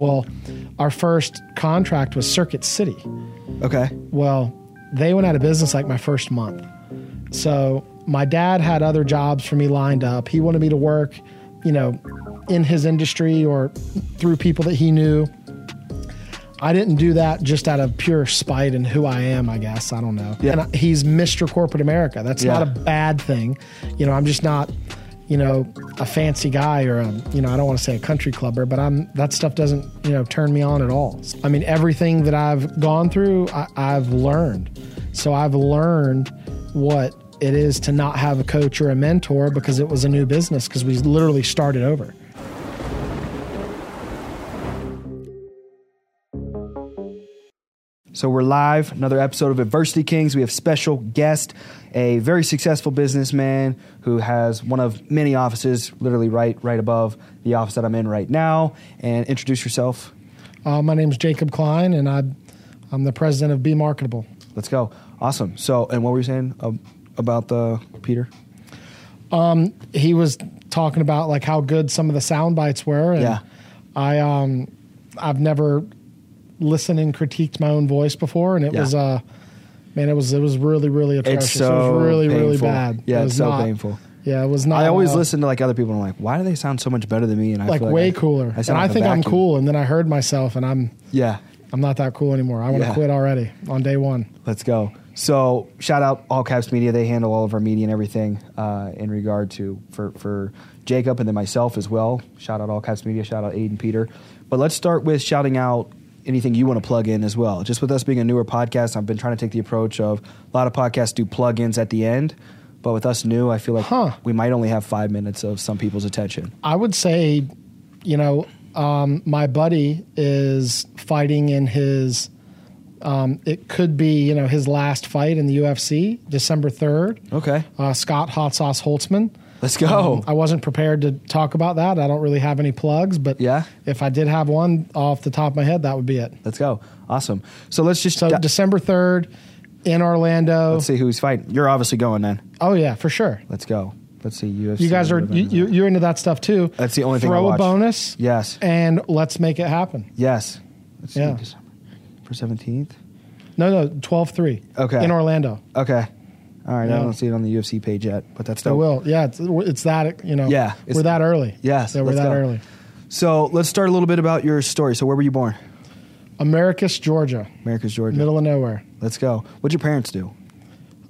Well, our first contract was Circuit City. Okay. Well, they went out of business like my first month. So my dad had other jobs for me lined up. He wanted me to work, you know, in his industry or through people that he knew. I didn't do that just out of pure spite and who I am, I guess. I don't know. Yeah. And I- he's Mr. Corporate America. That's Yeah. not a bad thing. You know, I'm just not, you know, a fancy guy or a, you know, I don't want to say a country clubber, but I'm that stuff doesn't, you know, turn me on at all. I mean, everything that I've gone through, I, I've learned. So I've learned what it is to not have a coach or a mentor because it was a new business because we literally started over. So we're live, another episode of Adversity Kings. We have special guest, a very successful businessman who has one of many offices, literally right right above the office that I'm in right now. And introduce yourself. Uh, my name's Jacob Klein and I, I'm the president of Be Marketable. Let's go. Awesome. So, and what were you saying um, about the Peter? he was talking about like how good some of the sound bites were and Yeah. i um i've never listened and critiqued my own voice before and it Yeah. was uh man it was it was really really atrocious it so was really really painful. bad it Yeah, it's was so not- painful. yeah it was not I always uh, listen to like other people and I'm like, why do they sound so much better than me? And I like, feel like way I- cooler I and sound i like a think i'm vacuum. cool and then i heard myself and i'm Yeah. i'm not that cool anymore i want to Yeah. quit already on day one Let's go. So shout out All Caps Media. They handle all of our media and everything uh, in regard to for for Jacob and then myself as well. Shout out All Caps Media. Shout out Aiden Peter. But let's start with shouting out anything you want to plug in as well. Just with us being a newer podcast, I've been trying to take the approach of a lot of podcasts do plug-ins at the end. But with us new, I feel like Huh. we might only have five minutes of some people's attention. I would say, you know, um, my buddy is fighting in his. Um, it could be you know his last fight in the UFC, December third. Okay. Uh, Scott Hot Sauce Holtzman. Let's go. I wasn't prepared to talk about that. I don't really have any plugs, but Yeah. if I did have one off the top of my head, that would be it. Let's go. Awesome. So let's just So di- December third in Orlando. let's see who's fighting. You're obviously going then. Oh yeah, for sure. Let's go. Let's see UFC. You guys are you, you, you're into that stuff too. That's the only thing I Throw a watch. bonus. Yes. And let's make it happen. Yes. Let's Yeah. see. December for seventeenth. No, no, 12 3. Okay. In Orlando. Okay. All right. I Yeah. don't see it on the UFC page yet, but that's I dope. will. Yeah, it's, it's that, you know. Yeah, it's- We're that early. Yes, Yeah, we're let's that go. early. So let's start a little bit about your story. So where were you born? Americus, Georgia, America's Georgia. middle of nowhere. Let's go. What'd your parents do?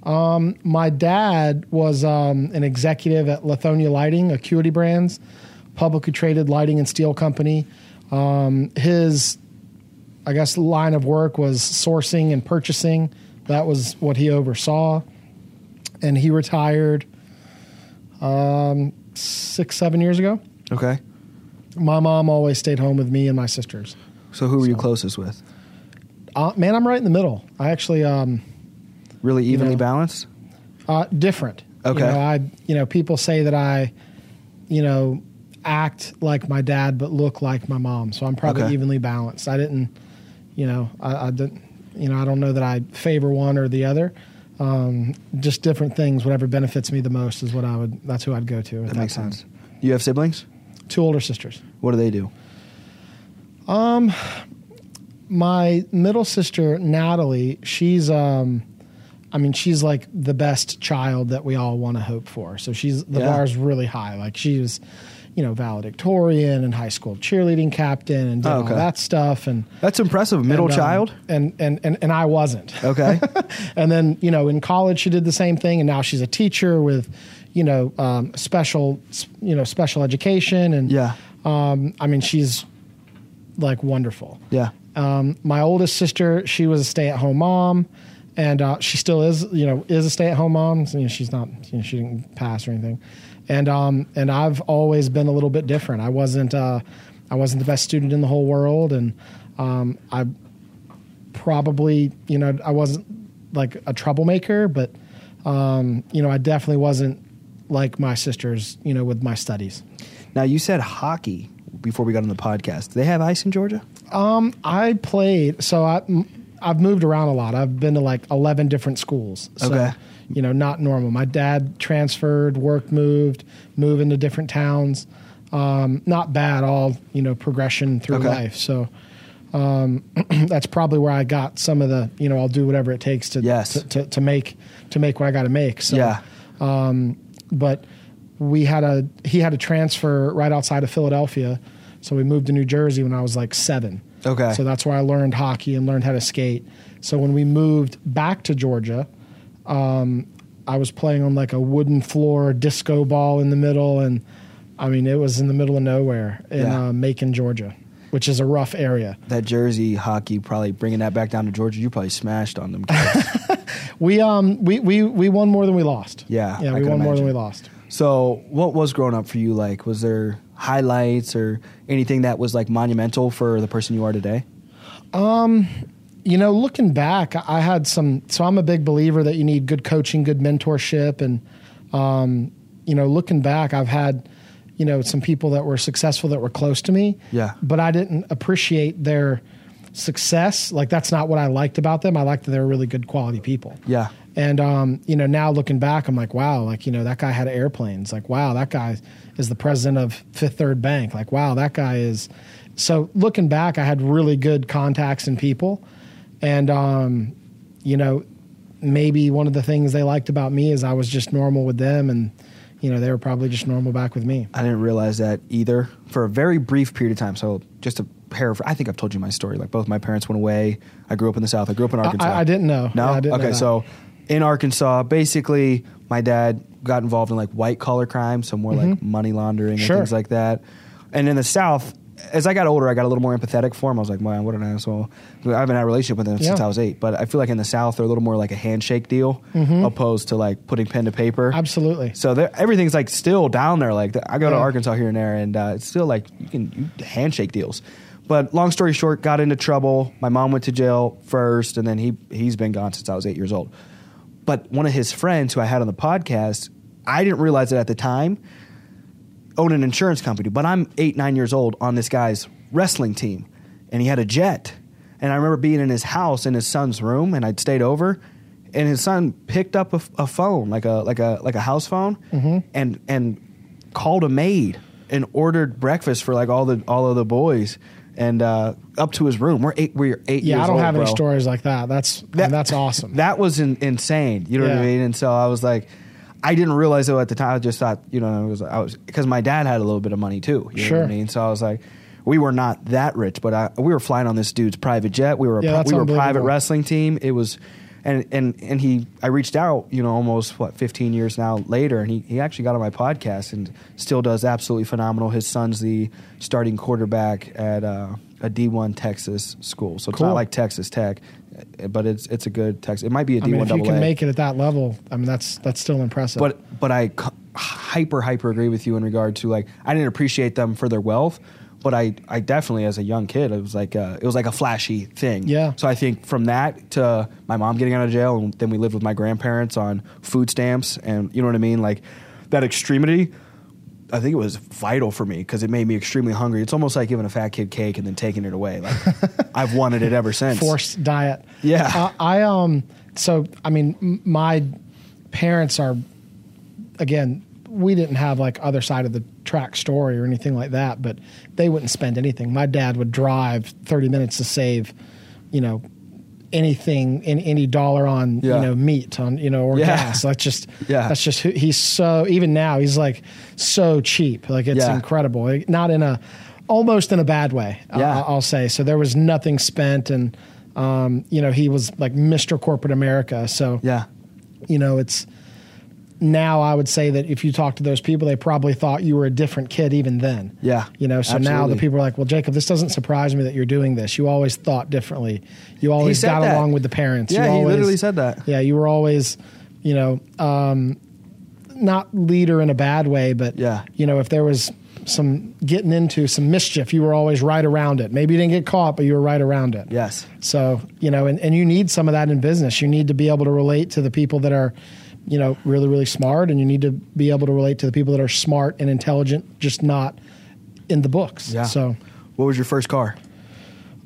My dad was um, an executive at Lithonia Lighting, Acuity Brands, publicly traded lighting and steel company. Um, his, I guess, line of work was sourcing and purchasing. That was what he oversaw. And he retired um, six, seven years ago. Okay. my mom always stayed home with me and my sisters. So who were you closest with? Uh, man, I'm right in the middle. I actually um, Really evenly know. balanced? uh, different. Okay. You know, I you know people say that I, you know, act like my dad but look like my mom. So I'm probably Okay. evenly balanced. I didn't, you know, I, I didn't, you know, I don't know that I favor one or the other. Um, just different things. Whatever benefits me the most is what I would. That's who I'd go to. At that, That makes time. sense. You have siblings? Two older sisters. What do they do? my middle sister Natalie, she's um I mean she's like the best child that we all want to hope for. So she's the Yeah. bar's really high. Like she was, you know, valedictorian and high school cheerleading captain and did Oh, okay. all that stuff and That's impressive. Middle and, um, child? Oh. and, and and and I wasn't. Okay. and then you know in college she did the same thing and now she's a teacher with you know um, special you know special education and yeah. um, I mean she's like wonderful Yeah. um, my oldest sister she was a stay-at-home mom and uh, she still is you know is a stay-at-home mom so, you know, she's not you know, she didn't pass or anything and um, and i've always been a little bit different i wasn't uh, i wasn't the best student in the whole world and um, i probably you know i wasn't like a troublemaker but um, you know i definitely wasn't like my sisters you know with my studies Now you said hockey before we got on the podcast. Do they have ice in Georgia? I played, so I, have moved around a lot. I've been to like 11 different schools. So, Okay. You know, not normal. My dad transferred, work moved, moved into different towns. Um, not bad, all you know, progression through Okay. life. So um, that's probably where I got some of the you know, I'll do whatever it takes to Yes. to, to, to make to make what I got to make. So yeah. but we had a he had a transfer right outside of Philadelphia, so we moved to New Jersey when I was like seven. Okay. so that's where I learned hockey and learned how to skate. So when we moved back to Georgia, um, I was playing on like a wooden floor, disco ball in the middle, and I mean it was in the middle of nowhere in Yeah. uh, Macon, Georgia, which is a rough area. That Jersey hockey, probably bringing that back down to Georgia. You probably smashed on them. kids. We um we we we won more than we lost. Yeah, yeah, I we can won more than imagine. we lost. so, what was growing up for you like? Was there highlights or anything that was like monumental for the person you are today? you know, looking back, I I had some. So I'm a big believer that you need good coaching, good mentorship, and um, you know, looking back, I've had you know some people that were successful that were close to me. Yeah. But I didn't appreciate their success. Like that's not what I liked about them. I liked that they were really good quality people. Yeah. And um, you know, now looking back, I'm like, wow, like you know, that guy had airplanes. Like, wow, that guy is the president of Fifth Third Bank. Like, wow, that guy is. So looking back, I had really good contacts and people, and um, you know, maybe one of the things they liked about me is I was just normal with them, and you know, they were probably just normal back with me. I didn't realize that either for a very brief period of time. So, just to paraphrase, I think I've told you my story. Like, both my parents went away. I grew up in the South. I grew up in Arkansas. I didn't know. No, Yeah, I didn't know okay. that. so, in Arkansas, basically, my dad got involved in like white collar crime, so more like money laundering Mm-hmm. Sure. and things like that. And in the South, as I got older, I got a little more empathetic for him. I was like, man, what an asshole. I haven't had a relationship with him since Yeah. I was eight. But I feel like in the South, they're a little more like a handshake deal opposed to like putting pen to paper. Mm-hmm. Absolutely. So there, everything's like still down there. Like I go to Arkansas here and there, and uh, it's still like you can you handshake deals. But long story short, got into trouble. My mom went to jail first, and then he he's been gone since I was eight years old. But one of his friends who I had on the podcast, I didn't realize it at the time, owned an insurance company. But I'm eight nine years old on this guy's wrestling team, and he had a jet. And I remember being in his house in his son's room, and I'd stayed over. And his son picked up a, f- a phone, like a like a like a house phone, Mm-hmm. and and called a maid and ordered breakfast for like all the all of the boys, and uh, up to his room. We're eight. We're eight. Yeah, years I don't old, have any bro. stories like that. That's I mean, that's awesome. That was in, insane. You know what I Yeah. mean? And so I was like, I didn't realize though at the time. I just thought, you know, it was I was because my dad had a little bit of money too. You know Sure. what I mean? So I was like, we were not that rich, but I, we were flying on this dude's private jet. We were a Yeah, pri- that's we were a private unbelievable. wrestling team. It was. And, and and he I reached out you know almost what 15 years now later and he, he actually got on my podcast and still does absolutely phenomenal his son's the starting quarterback at uh, a D1 Texas school so it's not Cool. like Texas Tech uh, but it's it's a good Texas it might be a I mean, one if you double can A. make it at that level, I mean, that's that's still impressive. But but I c- hyper hyper agree with you in regard to like I didn't appreciate them for their wealth, but I I definitely as a young kid it was like a, it was like a flashy thing. Yeah. So I think from that to my mom getting out of jail and then we lived with my grandparents on food stamps and you know what I mean like that extremity. I think it was vital for me because it made me extremely hungry. It's almost like giving a fat kid cake and then taking it away. Like I've wanted it ever since. forced diet. Yeah. Uh, I um. So I mean, m- my parents are again. We didn't have like other side of the track story or anything like that, but they wouldn't spend anything. My dad would drive thirty minutes to save, you know, anything in any dollar on Yeah. you know meat on you know or Yeah. gas. That's just Yeah. That's just who he's so. Even now he's like so cheap. Like it's Yeah. incredible. Like, Not in a almost in a bad way. I- Yeah. I'll say. So there was nothing spent, and um, you know he was like Mr. Corporate America. So Yeah. you know it's now I would say that if you talk to those people, they probably thought you were a different kid even then. Yeah. You know, so now the Absolutely. people are like, "Well, Jacob, this doesn't surprise me that you're doing this. You always thought differently. You always said got that. along with the parents. Yeah, you he always, literally said that. Yeah, you were always, you know, um, not leader in a bad way, but Yeah. you know, if there was some getting into some mischief, you were always right around it. Maybe you didn't get caught, but you were right around it. Yes. So, you know, and, and you need some of that in business. You need to be able to relate to the people that are, you know, really, really smart, and you need to be able to relate to the people that are smart and intelligent, just not in the books. Yeah. So, What was your first car?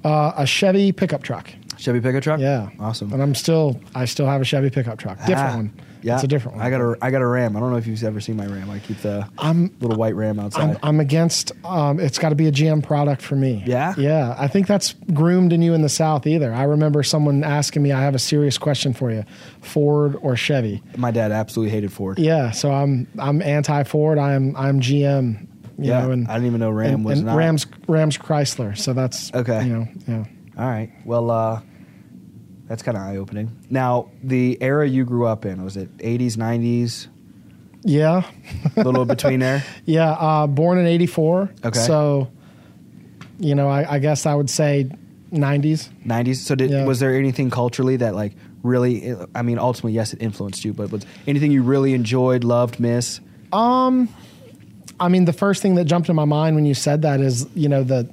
uh, a Chevy pickup truck. Chevy pickup truck. Yeah. awesome. And I'm still, I still have a Chevy pickup truck. Different Ah, one. Yeah, It's a different one. I got a I got a Ram. I don't know if you've ever seen my Ram. I keep the I'm- little white Ram outside. I'm, I'm against, um, it's got to be a GM product for me. Yeah? Yeah. I think that's groomed in you in the South either. I remember someone asking me, I have a serious question for you Ford or Chevy? my dad absolutely hated Ford. Yeah. So I'm, I'm anti Ford. I'm, I'm GM, you Yeah, know, and I didn't even know Ram and- was and not. Rams, Rams Chrysler. So that's, Okay. you know, yeah. All right. Well, uh, that's kind of eye opening. Now, the era you grew up in was it 80s, 90s, Yeah. a little between there. Yeah, uh, born in '84. Okay. So, you know, I, I guess I would say '90s. 90s. So, did, Yeah. was there anything culturally that like really? I mean, ultimately, yes, it influenced you, but was anything you really enjoyed, loved, miss? I mean, the first thing that jumped in my mind when you said that is, you know, the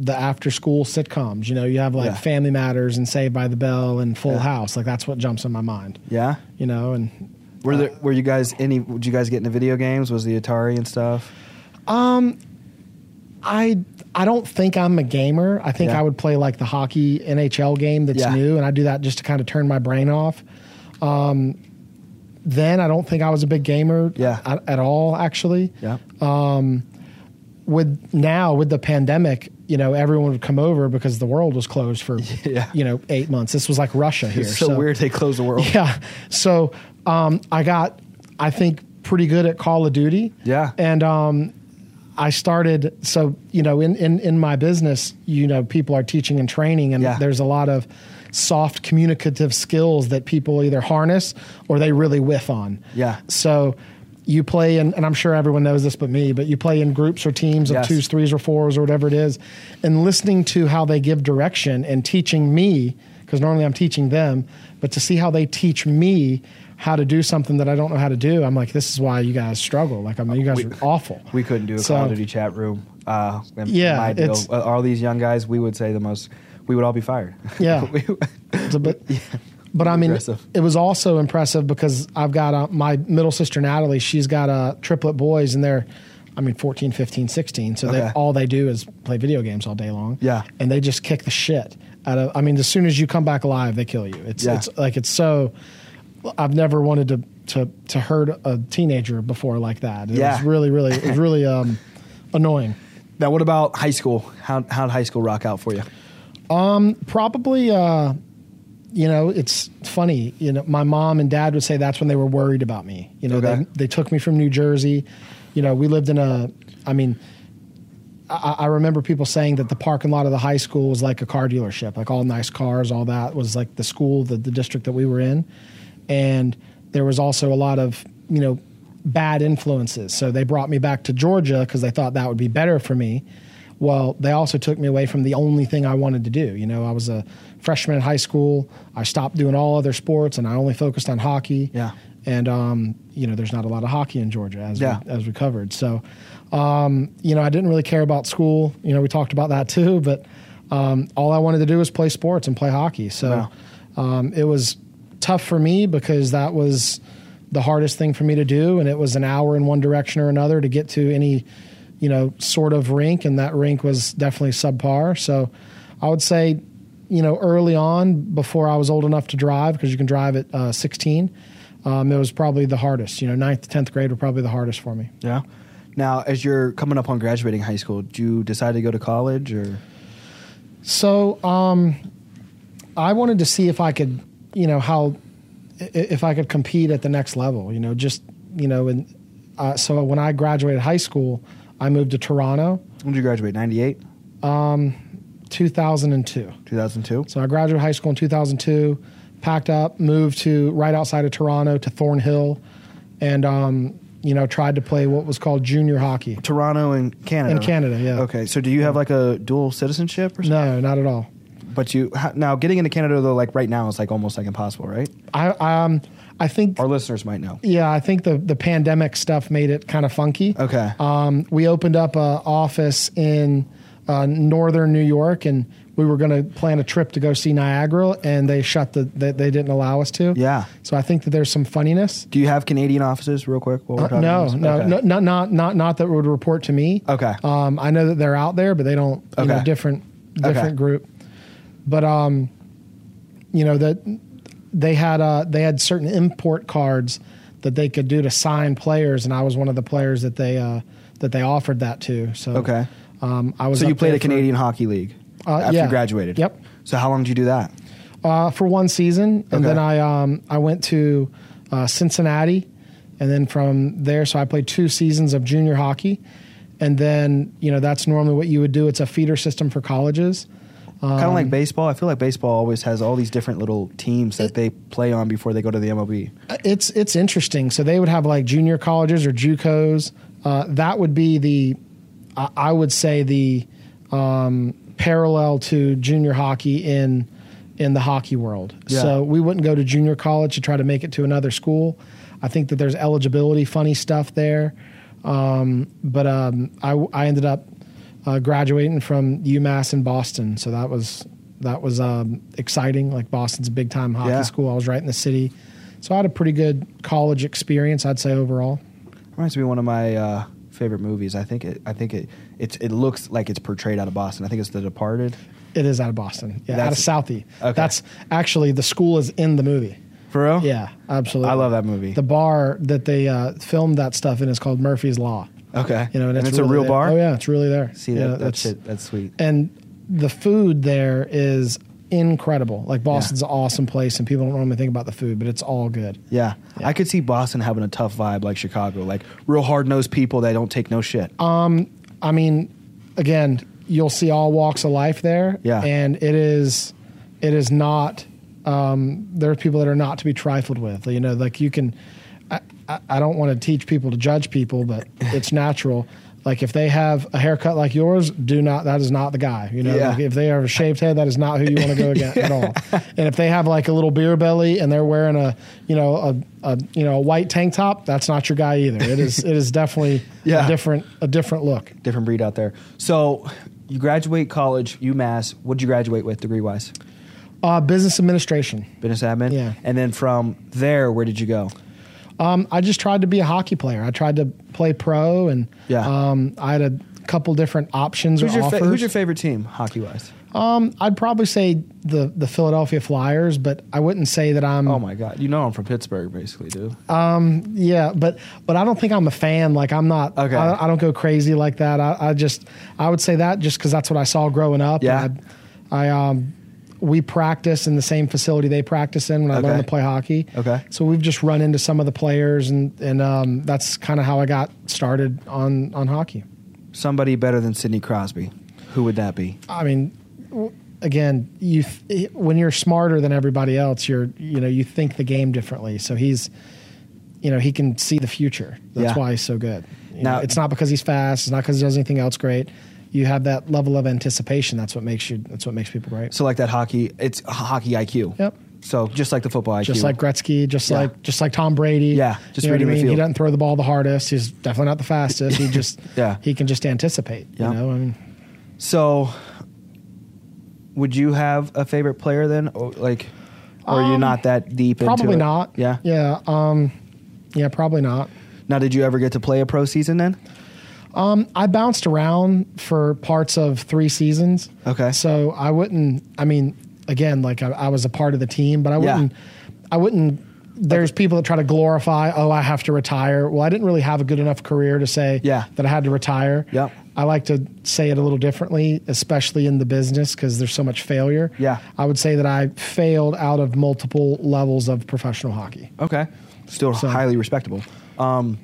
the after school sitcoms. You know, you have like Yeah. Family Matters and Saved by the Bell and Full Yeah. House. Like that's what jumps in my mind. Yeah. You know, and Were there, were you guys any? Did you guys get into video games? Was the Atari and stuff? I I don't think I'm a gamer. I think Yeah. I would play like the hockey NHL game that's Yeah. new, and I do that just to kind of turn my brain off. Um, then I don't think I was a big gamer Yeah. at, at all, actually. Yeah. With now with the pandemic, you know, everyone would come over because the world was closed for Yeah. you know eight months. This was like Russia here. it's so, weird they closed the world. Yeah. So um, I got, I think, pretty good at Call of Duty. Yeah. And um, I started. So you know, in in in my business, you know, people are teaching and training, and Yeah. there's a lot of soft communicative skills that people either harness or they really whiff on. Yeah. So. You play, in, and I'm sure everyone knows this but me, but you play in groups or teams of Yes. twos, threes, or fours, or whatever it is, and listening to how they give direction and teaching me, because normally I'm teaching them, but to see how they teach me how to do something that I don't know how to do, I'm like, this is why you guys struggle. Like, I mean, you guys are awful. We couldn't do a So- Call of Duty chat room. Uh, and Yeah, my deal. it's- Uh, all these young guys, we would say the most. We would all be fired. Yeah. We- It's a bit- But I mean, Aggressive. it was also impressive because I've got uh, my middle sister, Natalie, she's got uh, triplet boys and they're, I mean, 14, 15, 16. So they, Okay. all they do is play video games all day long. Yeah. And they just kick the shit out of, I mean, as soon as you come back alive, they kill you. It's, Yeah. it's like, it's so, I've never wanted to, to, to hurt a teenager before like that. It Yeah. was really, really, it was really um, annoying. now, what about high school? How how would high school rock out for you? probably uh you know it's funny you know my mom and dad would say that's when they were worried about me you know Okay. they, they took me from new jersey you know we lived in a i mean I, I remember people saying that the parking lot of the high school was like a car dealership like all nice cars all that was like the school the, the district that we were in and there was also a lot of you know bad influences so they brought me back to georgia because they thought that would be better for me well they also took me away from the only thing i wanted to do you know i was a freshman in high school i stopped doing all other sports and i only focused on hockey Yeah. and um, you know there's not a lot of hockey in georgia as, Yeah. we, as we covered so um, you know i didn't really care about school you know we talked about that too but um, all i wanted to do was play sports and play hockey so Wow. um, it was tough for me because that was the hardest thing for me to do, and it was an hour in one direction or another to get to any, you know, sort of rink, and that rink was definitely subpar. So, I would say, you know, early on before I was old enough to drive, because you can drive at uh, 16, um, it was probably the hardest. You know, ninth to tenth grade were probably the hardest for me. Yeah. Now, as you're coming up on graduating high school, do you decide to go to college or? So um, I wanted to see if I could, you know, how i- if I could compete at the next level. You know, just you know, and uh, so when I graduated high school, I moved to Toronto, When did you graduate? 98, 2002. 2002. So I graduated high school in 2002, packed up, moved to right outside of Toronto to Thornhill, and um, you know, tried to play what was called junior hockey. Toronto and Canada. In Canada, yeah. Okay, so do you have like a dual citizenship or something? No, not at all. But you how- now getting into Canada though, like right now, is like almost like impossible, right? I um, I think. Our listeners might know. Yeah, I think the, the pandemic stuff made it kind of funky. Okay. um, we opened up an office in uh, northern New York, and we were going to plan a trip to go see Niagara, and they shut the they, they didn't allow us to. Yeah. So I think that there's some funniness. do you have Canadian offices, real quick? While we're talking Uh, No, about this? no, Okay. no, not not not not that would report to me. Okay. Um, I know that they're out there, but they don't. You know, Okay. different different Okay. group. But um, you know that they had uh, they had certain import cards that they could do to sign players, and I was one of the players that they uh, that they offered that to. So Okay. um, I was So up you played there at for- Canadian Hockey League Uh, after yeah. you graduated. Yep. So how long did you do that? uh, for one season, and Okay. then I um, I went to uh, Cincinnati, and then from there, so I played two seasons of junior hockey, and then you know that's normally what you would do. It's a feeder system for colleges. kind of Um, like baseball. I feel like baseball always has all these different little teams that they play on before they go to the MLB. it's it's interesting. So they would have like junior colleges or JUCOs. Uh, that would be the, I, I would say the um, parallel to junior hockey in in the hockey world. Yeah. So we wouldn't go to junior college to try to make it to another school. I think that there's eligibility, funny stuff there. Um, but um, I, I ended up uh, graduating from UMass in Boston, so that was that was um, exciting. Like Boston's a big time hockey Yeah. school. I was right in the city, so I had a pretty good college experience. I'd say overall. Reminds me of one of my uh, favorite movies. I think it. I think it. It's. It looks like it's portrayed out of Boston. I think it's The Departed. It is out of Boston, yeah, That's- out of Southie. okay. That's actually the school is in the movie. For real? Yeah, absolutely. I love that movie. The bar that they uh, filmed that stuff in is called Murphy's Law. Okay. You know, and, and it's, a really real there. bar. Oh yeah, it's really there. See You that? know, that's it's- it. That's sweet. and the food there is incredible. Like Boston's an awesome place, and people don't normally think about the food, but it's all good. Yeah. I could see Boston having a tough vibe like Chicago, like real hard nosed people that don't take no shit. I mean, again, you'll see all walks of life there. Yeah. and it is, it is not. Um, there are people that are not to be trifled with. You know, like you can. I, I, I don't want to teach people to judge people, but it's natural. Like if they have a haircut like yours, do not. That is not the guy. You know, Yeah. Like, if they have a shaved head, that is not who you want to go against at all. And if they have like a little beer belly and they're wearing a you know a, a you know a white tank top, that's not your guy either. It is it is definitely Yeah. a different a different look. Different breed out there. So you graduate college, UMass. What'd you graduate with degree wise? Uh, business administration. Business admin? Yeah. And then from there, where did you go? Um, I just tried to be a hockey player. I tried to play pro, and Yeah. um, I had a couple different options Who's or your, offers. fa- who's your favorite team, hockey wise? um, I'd probably say the the Philadelphia Flyers, but I wouldn't say that I'm. Oh my God. You know I'm from Pittsburgh, basically, dude. Yeah, but but I don't think I'm a fan. Like I'm not. Okay. I, I don't go crazy like that. I, I just I would say that just because that's what I saw growing up. Yeah. And I, I um, we practice in the same facility they practice in when I Okay. learned to play hockey. Okay. So we've just run into some of the players, and and um, that's kind of how I got started on on hockey. Somebody better than Sidney Crosby. Who would that be? I mean, w- again, you th- when you're smarter than everybody else, you're you know you think the game differently. So he's, you know, he can see the future. That's Yeah. why he's so good. You know, Now- it's not because he's fast. It's not because he does anything else great. You have that level of anticipation. That's what makes you. That's what makes people great. So, like that hockey, it's hockey IQ. Yep. So, just like the football IQ. Just like Gretzky, just Yeah. like just like Tom Brady. Yeah, just you know what I reading the mean. He field. doesn't throw the ball the hardest. He's definitely not the fastest. He just Yeah. He can just anticipate. Yeah. You know. I mean, So, would you have a favorite player then? Or, like, or you're not that deep into probably it? not. Um, Yeah. Yeah. Um. Yeah. Probably not. Now, did you ever get to play a pro season then? I bounced around for parts of three seasons. Okay. So I wouldn't. I mean, again, like I, I was a part of the team, but I Yeah. wouldn't. I wouldn't. There's people that try to glorify, oh, I have to retire. Well, I didn't really have a good enough career to say Yeah. that I had to retire. Yep. I like to say it a little differently, especially in the business because there's so much failure. Yeah. I would say that I failed out of multiple levels of professional hockey. Okay. Still highly respectable. Um,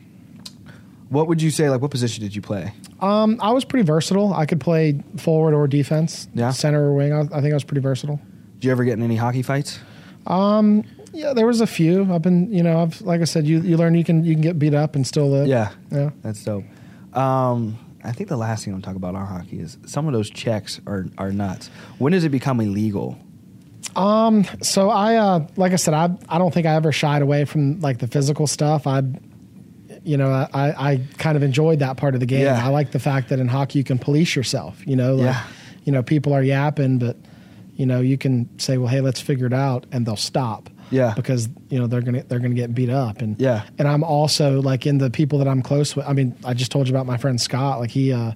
what would you say? Like, what position did you play? Um, I was pretty versatile. I could play forward or defense, Yeah. center or wing. I, I think I was pretty versatile. Did you ever get in any hockey fights? Yeah, there was a few. I've been, you know, I've like I said, you you learn you can you can get beat up and still live. Yeah. yeah. That's dope. Um, I think the last thing I'm talking about on hockey is some of those checks are, are nuts. When does it become illegal? So I, uh, like I said, I I don't think I ever shied away from like the physical stuff. I, you know, I I kind of enjoyed that part of the game. Yeah. I like the fact that in hockey you can police yourself. You know, like, Yeah. you know, people are yapping, but you know, you can say, well, hey, let's figure it out, and they'll stop. Yeah. because you know they're gonna they're gonna get beat up and Yeah. and I'm also like in the people that I'm close with. I mean, I just told you about my friend Scott. Like he, uh,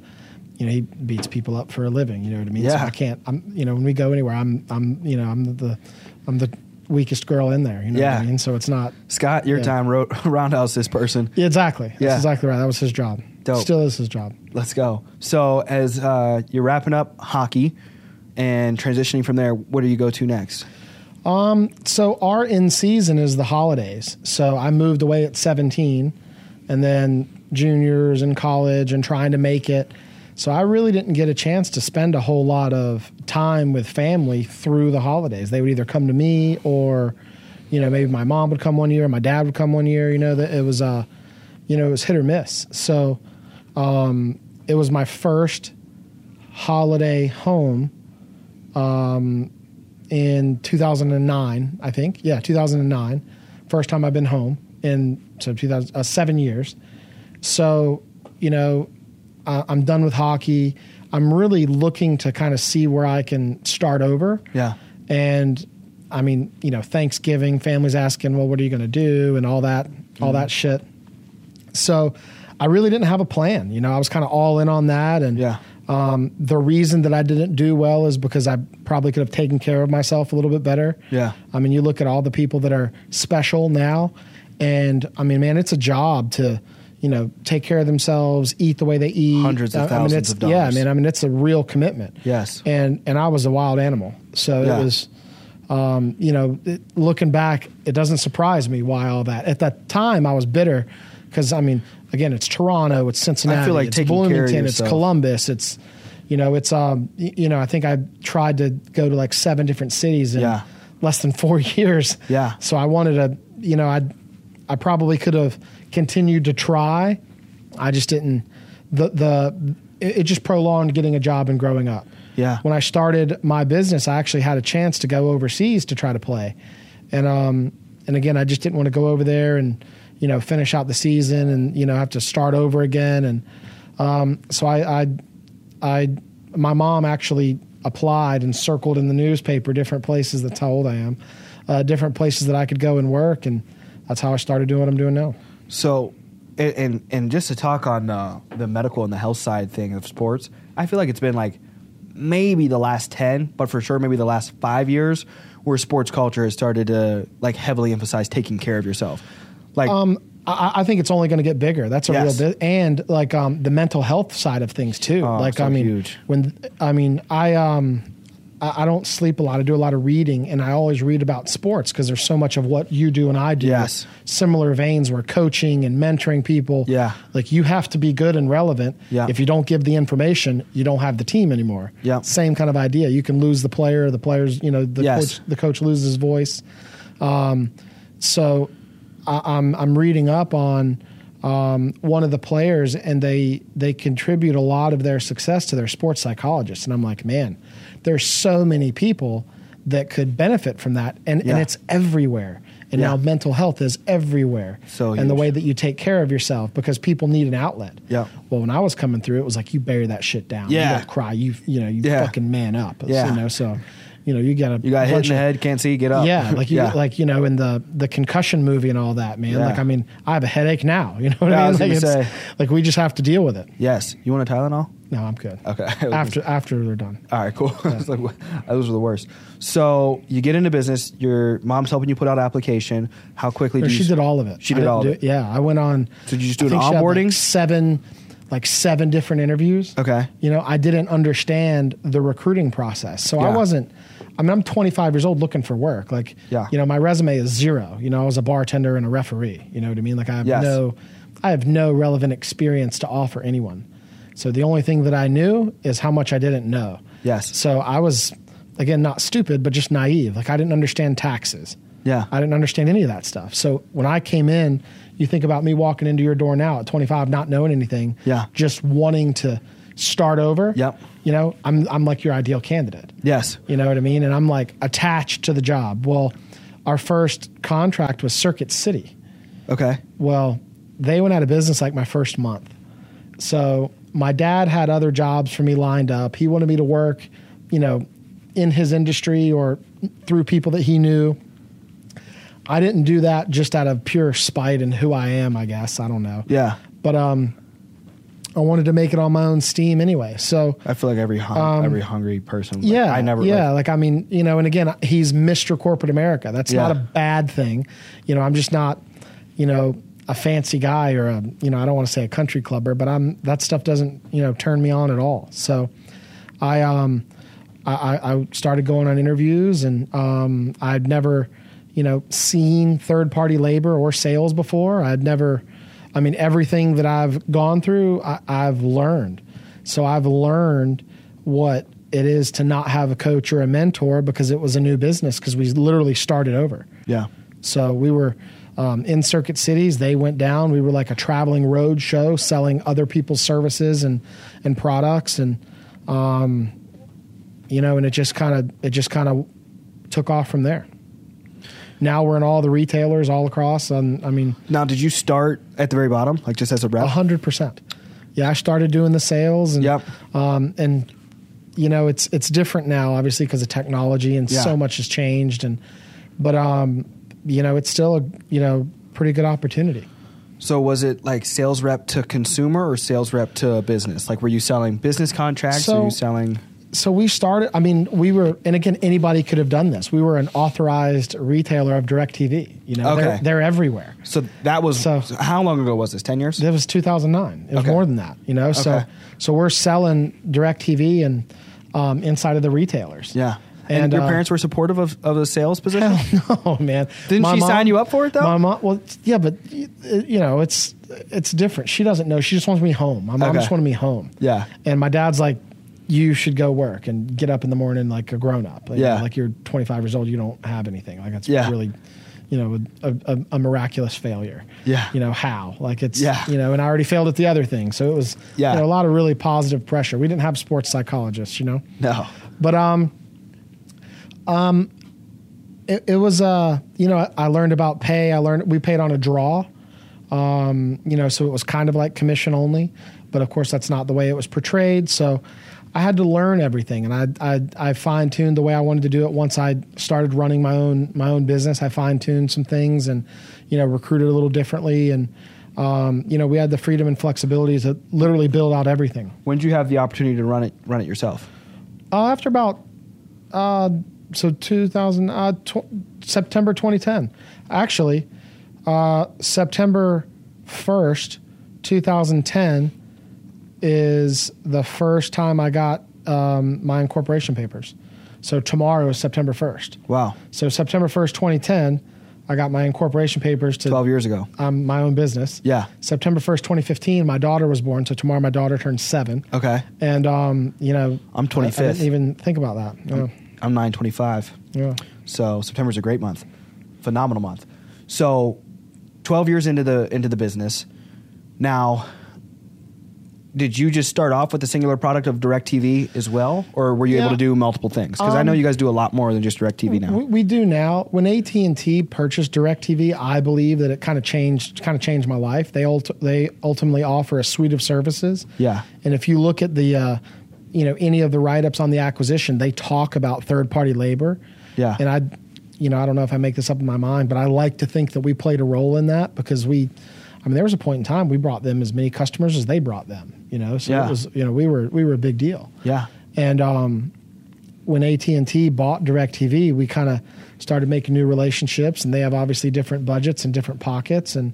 you know, he beats people up for a living. You know what I mean? So Yeah. I can't. I'm you know when we go anywhere, I'm I'm you know I'm the I'm the weakest girl in there. You know Yeah. what I mean? So it's not Scott, your Yeah. time ro- roundhouse this person. yeah, exactly. That's Yeah. exactly right. That was his job. Dope. Still is his job. Let's go. So as uh, you're wrapping up hockey and transitioning from there, what do you go to next? so our in season is the holidays. So I moved away at 17 and then juniors and college and trying to make it. So I really didn't get a chance to spend a whole lot of time with family through the holidays. They would either come to me or you know maybe my mom would come one year, my dad would come one year, you know that it was uh you know it was hit or miss. So um it was my first holiday home um, in 2009, I think. Yeah, 2009. First time I've been home in so 2000, uh, seven years. So, you know, I, I'm done with hockey. I'm really looking to kind of see where I can start over. Yeah. And I mean, you know, Thanksgiving, families asking, well, what are you going to do? And all that, all that Mm-hmm. shit. So I really didn't have a plan. You know, I was kind of all in on that. And Yeah. um, the reason that I didn't do well is because I probably could have taken care of myself a little bit better. Yeah. I mean, you look at all the people that are special now, and I mean, man, it's a job to, you know, take care of themselves, eat the way they eat. Hundreds of I- I mean, it's, thousands Yeah, of I dollars. mean, I mean, it's a real commitment. Yes. And and I was a wild animal, so Yeah. it was, um, you know, it, looking back, it doesn't surprise me why all that. At that time, I was bitter because I mean, again, it's Toronto, it's Cincinnati, like it's taking care of Bloomington, it's yourself. Columbus. Columbus. It's, you know, it's um, y- you know, I think I tried to go to like seven different cities in Yeah. less than four years. Yeah. So I wanted to, you know, I, I probably could have continued to try. I just didn't. The the it, it just prolonged getting a job and growing up. Yeah. When I started my business, I actually had a chance to go overseas to try to play, and um, and again, I just didn't want to go over there and you know finish out the season and you know have to start over again and um, so I, I, I, my mom actually applied and circled in the newspaper different places. That's how old I am. Uh, different places that I could go and work, and that's how I started doing what I'm doing now. So, and and, and just to talk on uh, the medical and the health side thing of sports, I feel like it's been like maybe the last ten, but for sure maybe the last five years where sports culture has started to like heavily emphasize taking care of yourself. Like, Um, I, I think it's only going to get bigger. That's a Yes. real bit, and like um, the mental health side of things too. like Oh, so I mean, huge. when I mean I um, I, I don't sleep a lot. I do a lot of reading, and I always read about sports because there's so much of what you do and I do. Yes. similar veins where coaching and mentoring people. Yeah. like you have to be good and relevant. Yeah. if you don't give the information, you don't have the team anymore. Yeah. same kind of idea. You can lose the player. The players, you know, the Yes. coach, the coach loses his voice Um, so I, I'm I'm reading up on um, one of the players, and they they contribute a lot of their success to their sports psychologists, and I'm like, man, there's so many people that could benefit from that, and Yeah. and it's everywhere. And now Yeah. mental health is everywhere. So and the huge. way that you take care of yourself because people need an outlet. Yeah. Well, when I was coming through, it was like you bury that shit down. Yeah. You don't cry. You you know you Yeah. fucking man up. Yeah. You know so, you know you gotta you got hit in bunch the of- head, can't see, get up. yeah, like you, like you know, in the the concussion movie and all that, man. Yeah. Like I mean, I have a headache now. You know what Yeah, I I was mean? like, gonna it's- say. like we just have to deal with it. yes. You want a Tylenol? No, I'm good. Okay. After after they're done. All right, cool. I was like, "What?" Those were the worst. So you get into business. Your mom's helping you put out application. How quickly? Or do you she did all of it. She I did didn't all of do- it. Yeah, I went on. So did you just do I an think she had, like, onboarding? seven, like seven different interviews. Okay. You know, I didn't understand the recruiting process, so Yeah. I wasn't. I mean, I'm 25 years old looking for work. Like, Yeah. you know, my resume is zero. You know, I was a bartender and a referee. You know what I mean? Like, I have Yes. no, I have no relevant experience to offer anyone. So the only thing that I knew is how much I didn't know. Yes. So I was, again, not stupid, but just naive. Like I didn't understand taxes. Yeah. I didn't understand any of that stuff. So when I came in, you think about me walking into your door now at 25, not knowing anything. Yeah. Just wanting to start over. Yep. You know, I'm I'm like your ideal candidate. Yes. You know what I mean? And I'm like attached to the job. Well, our first contract was Circuit City. Okay. Well, they went out of business like my first month. So my dad had other jobs for me lined up. He wanted me to work, you know, in his industry or through people that he knew. I didn't do that just out of pure spite and who I am, I guess. I don't know. Yeah. But um I wanted to make it on my own steam anyway. So I feel like every hung, every hungry person. like, Um, yeah, I never. like, Yeah, like, I mean, you know, and again, he's Mr. Corporate America. That's Yeah. not a bad thing. You know, I'm just not, you know, a fancy guy or a, you know, I don't want to say a country clubber, but I'm that stuff doesn't, you know, turn me on at all. So, I um, I, I- I started going on interviews, and um, I'd never, you know, seen third party labor or sales before. I'd never, I mean, everything that I've gone through, I, I've learned. So I've learned what it is to not have a coach or a mentor because it was a new business because we literally started over. yeah, So we were um, in circuit cities. They went down. We were like a traveling road show, selling other people's services and and products, and um, you know, and it just kind of it just kind of took off from there. Now we're in all the retailers all across. And I mean, Now, did you start at the very bottom, like just as a rep? hundred percent. Yeah, I started doing the sales, and Yep. um, and you know, it's it's different now, obviously, because of technology and Yeah. so much has changed. And but um, you know, it's still a you know pretty good opportunity. So was it like sales rep to consumer or sales rep to business? Like, were you selling business contracts? or So- were you selling? so we started i mean we were and again anybody could have done this we were an authorized retailer of directv you know Okay. they're, they're everywhere So that was So- how long ago was this? Ten years. that was 2009 it was Okay. more than that you know so Okay. so we're selling directv and um, inside of the retailers yeah. And, and, your uh, parents were supportive of, of the sales position. no Oh, man Didn't she sign you up for it, though? my mom well yeah but y- you know it's it's different she doesn't know she just wants me home my mom Okay. just wanted me home Yeah. and my dad's like you should go work and get up in the morning like a grown up Yeah. like you're 25 years old you don't have anything like that's Yeah. really you know a, a, a miraculous failure Yeah. you know how like it's Yeah. you know and i already failed at the other thing so it was Yeah. you know, a lot of really positive pressure we didn't have sports psychologists you know No. but um, um, it, it was uh, you know, I learned about pay. I learned we paid on a draw. Um, you know, so it was kind of like commission only, but of course that's not the way it was portrayed. So I had to learn everything, and I I, I fine tuned the way I wanted to do it. Once I started running my own my own business, I fine tuned some things, and you know, recruited a little differently, and um, you know, we had the freedom and flexibility to literally build out everything. When did you have the opportunity to run it run it yourself? Uh, after about uh, so 2000 uh, tw- September 2010, actually uh, September 1st, 2010 is the first time I got um, my incorporation papers. So tomorrow is September 1st. Wow. So September 1st, 2010, I got my incorporation papers to Twelve years ago. um, my own business. Yeah. September 1st, 2015, my daughter was born. So tomorrow my daughter turns seven Okay. and um, you know, I'm I- I, 25th. didn't even think about that. Yeah, I'm nine twenty five. yeah. So September's a great month, phenomenal month. So, twelve years into the into the business, now, did you just start off with a singular product of Directv as well, or were you Yeah. Um, able to do multiple things? Because I know you guys do a lot more than just Directv now. We, we do now. When AT and T purchased Directv, I believe that it kind of changed, kind of changed my life. They ult- they ultimately offer a suite of services. Yeah. and if you look at the, uh, you know, any of the write ups on the acquisition, they talk about third party labor. Yeah. and I, you know, I don't know if I make this up in my mind, but I like to think that we played a role in that because we. I mean, there was a point in time we brought them as many customers as they brought them. You know, so Yeah. it was you know we were we were a big deal. yeah, And um, when AT and T bought Directv, we kind of started making new relationships, and they have obviously different budgets and different pockets, and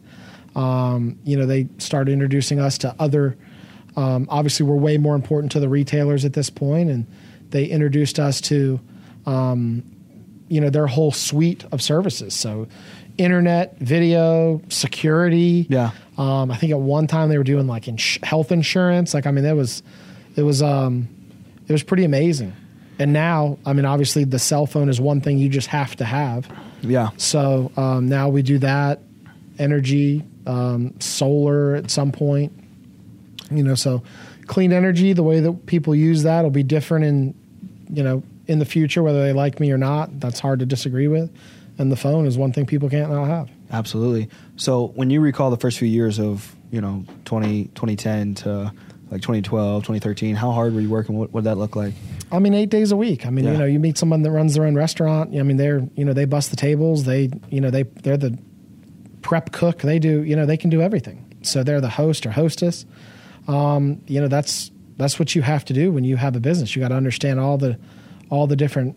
um, you know they started introducing us to other. Um, obviously, we're way more important to the retailers at this point, and they introduced us to um, you know their whole suite of services. So, internet, video, security. Yeah. Um, I think at one time they were doing like ins- health insurance. Like I mean, that was it was um, it was pretty amazing. And now, I mean, obviously the cell phone is one thing you just have to have. yeah. So um, now we do that, energy, um, solar at some point. You know, so clean energy, the way that people use that will be different in, you know, in the future, whether they like me or not. That's hard to disagree with. And the phone is one thing people can't not have. Absolutely. So when you recall the first few years of, you know, 20, 2010 to like 2012, 2013, how hard were you working? What, what did that look like? I mean, eight days a week. I mean, Yeah. you know, you meet someone that runs their own restaurant. I mean, they're, you know, they bust the tables. They, you know, they, they're the prep cook. They do, you know, they can do everything. So they're the host or hostess. um, you know that's that's what you have to do when you have a business. You got to understand all the all the different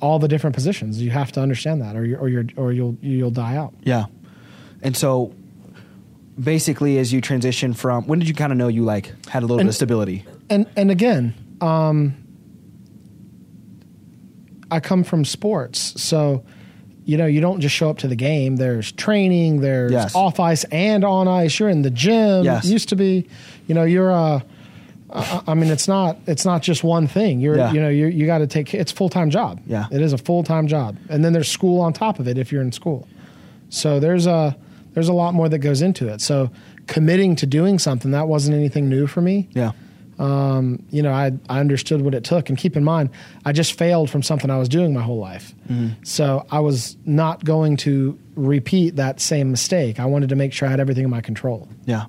all the different positions. You have to understand that, or you or you or you'll you'll die out. Yeah. And so basically as you transition from when did you kind of know you like had a little bit And- of stability? And and again, um, I come from sports, so you know you don't just show up to the game. There's training, there's Yes. off ice and on ice. You're in the gym. Yes. Used to be, you know, you're a. I I mean, it's not it's not just one thing. You're Yeah. you know you you got to take it's full time job. Yeah. it is a full time job, and then there's school on top of it if you're in school. So there's a there's a lot more that goes into it. So committing to doing something that wasn't anything new for me Yeah. you know, I, I understood what it took. And keep in mind, I just failed from something I was doing my whole life. Mm-hmm. So I was not going to repeat that same mistake. I wanted to make sure I had everything in my control. Yeah.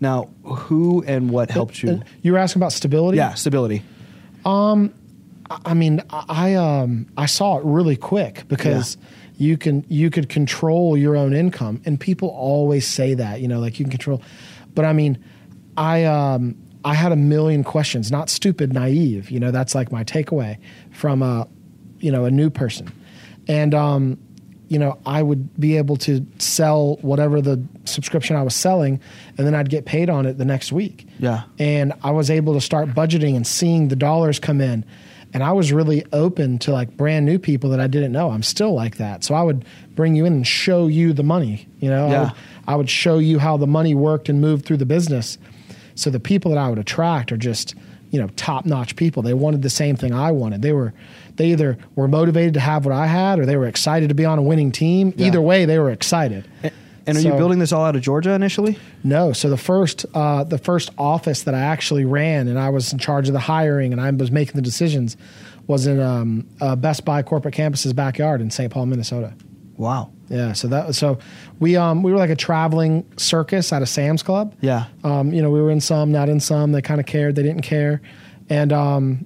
Now, who and what helped you? And you were asking about stability? Yeah, stability. I mean, I I, um I saw it really quick because you can you could control your own income, and people always say that you know, like you can control. But I mean, I um I had a million questions, not stupid, naive. You know, that's like my takeaway from a you know a new person, and um you know I would be able to sell whatever the subscription I was selling, and then I'd get paid on it the next week Yeah. and I was able to start budgeting and seeing the dollars come in. And I was really open to like brand new people that I didn't know. I'm still like that. So I would bring you in and show you the money. You know, Yeah. I, would, I would show you how the money worked and moved through the business. So the people that I would attract are just, you know, top notch people. They wanted the same thing I wanted. They were, they either were motivated to have what I had or they were excited to be on a winning team. Yeah. Either way, they were excited. And are you So- building this all out of Georgia initially? no. So the first uh, the first office that I actually ran, and I was in charge of the hiring, and I was making the decisions, was in um, uh, Best Buy corporate campus's backyard in St. Paul, Minnesota. Wow. Yeah. So that so we um we were like a traveling circus out of Sam's Club. Yeah. Um, you know, we were in some, not in some. They kind of cared. They didn't care, and um,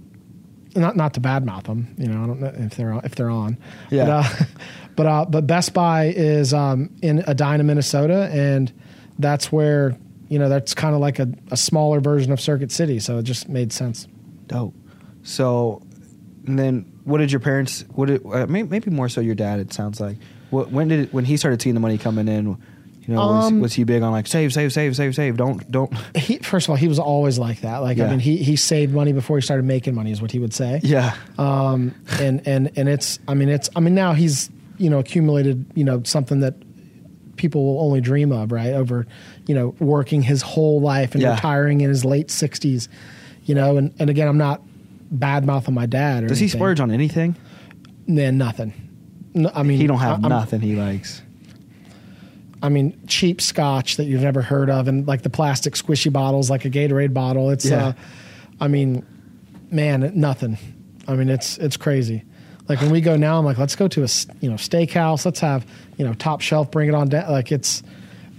not not to badmouth them. You know, I don't know if they're on, if they're on. Yeah. But uh, but, uh, but Best Buy is um, in Edina, Minnesota, and that's where you know that's kind of like a, a smaller version of Circuit City. So it just made sense. Dope. So, and then what did your parents? What did, uh, may- maybe more so your dad? It sounds like. What, when did when he started seeing the money coming in? You know, was, Um, was he big on like save, save, save, save, save? Don't, don't. He, first of all, he was always like that. Like Yeah. I mean, he he saved money before he started making money, is what he would say. Yeah. um, and and and it's I mean it's I mean now he's you know accumulated you know something that people will only dream of right over you know working his whole life and Yeah. retiring in his late sixties, you know and and again I'm not bad mouthing my dad or Does he anything. splurge on anything? Then nothing. No, I mean He don't have I, I'm- nothing he likes. I mean, cheap scotch that you've never heard of, and like the plastic squishy bottles, like a Gatorade bottle. It's, Yeah. uh, I mean, man, nothing. I mean, it's it's crazy. Like when we go now, I'm like, let's go to a s- you know steakhouse. Let's have you know top shelf. Bring it on down. Like it's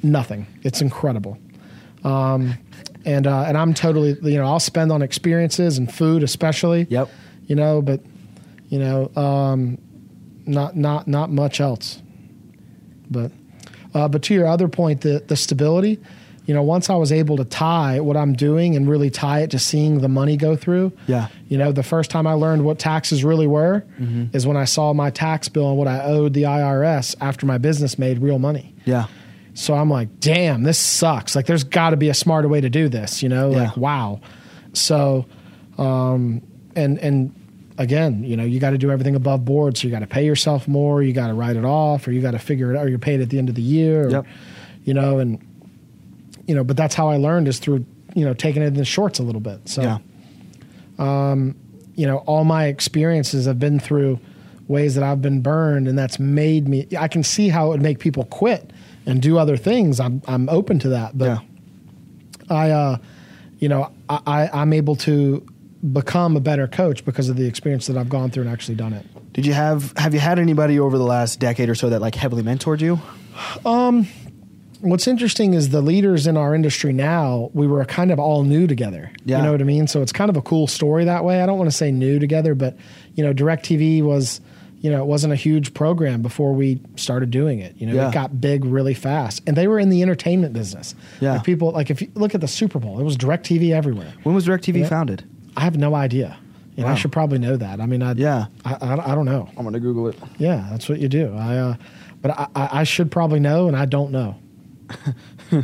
nothing. It's incredible. Um, and uh, and I'm totally you know I'll spend on experiences and food especially. Yep. You know, but you know, um, not not not much else. But uh, but to your other point, the the stability. You know, once I was able to tie what I'm doing and really tie it to seeing the money go through. Yeah. You know, the first time I learned what taxes really were is when I saw my tax bill and what I owed the IRS after my business made real money. Yeah. So I'm like, damn, this sucks. Like, there's got to be a smarter way to do this, you know? Like, Yeah. wow. So, um, and and again, you know, you got to do everything above board. So you got to pay yourself more. You got to write it off, or you got to figure it out. Or you're paid at the end of the year. Or, Yep. You know, and you know, but that's how I learned is through you know taking it in the shorts a little bit. So Yeah. you know, all my experiences have been through ways that I've been burned, and that's made me. I can see how it would make people quit and do other things. I'm I'm open to that, but Yeah. I, uh, you know, I, I I'm able to become a better coach because of the experience that I've gone through and actually done it. Did you have have you had anybody over the last decade or so that like heavily mentored you? what's interesting is the leaders in our industry now, we were kind of all new together. Yeah. You know what I mean? So it's kind of a cool story that way. I don't want to say new together, but you know, DirecTV was, you know, it wasn't a huge program before we started doing it. You know, Yeah. it got big really fast, and they were in the entertainment business. Yeah. Like, people like if you look at the Super Bowl, it was Directv everywhere. When was DirecTV Yeah. founded? I have no idea. And Wow. I should probably know that. I mean, I Yeah. I, I, I don't know. I'm gonna Google it. Yeah, that's what you do. I, uh, but I, I I should probably know, and I don't know. We're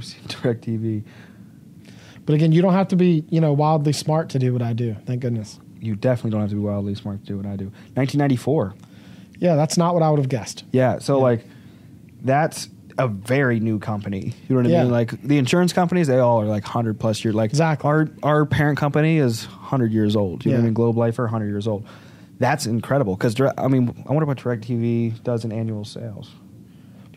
seeing DirecTV. But again, you don't have to be you know wildly smart to do what I do. Thank goodness. You definitely don't have to be wildly smart to do what I do. 1994. Yeah, that's not what I would have guessed. Yeah. So like, that's a very new company. You know what I Yeah. mean? Like the insurance companies, they all are like hundred plus year. Like Exactly. Our our parent company is hundred years old. You know what I Yeah. mean? Globe Life are hundred years old. That's incredible. Because I mean, I wonder what Directv does in annual sales.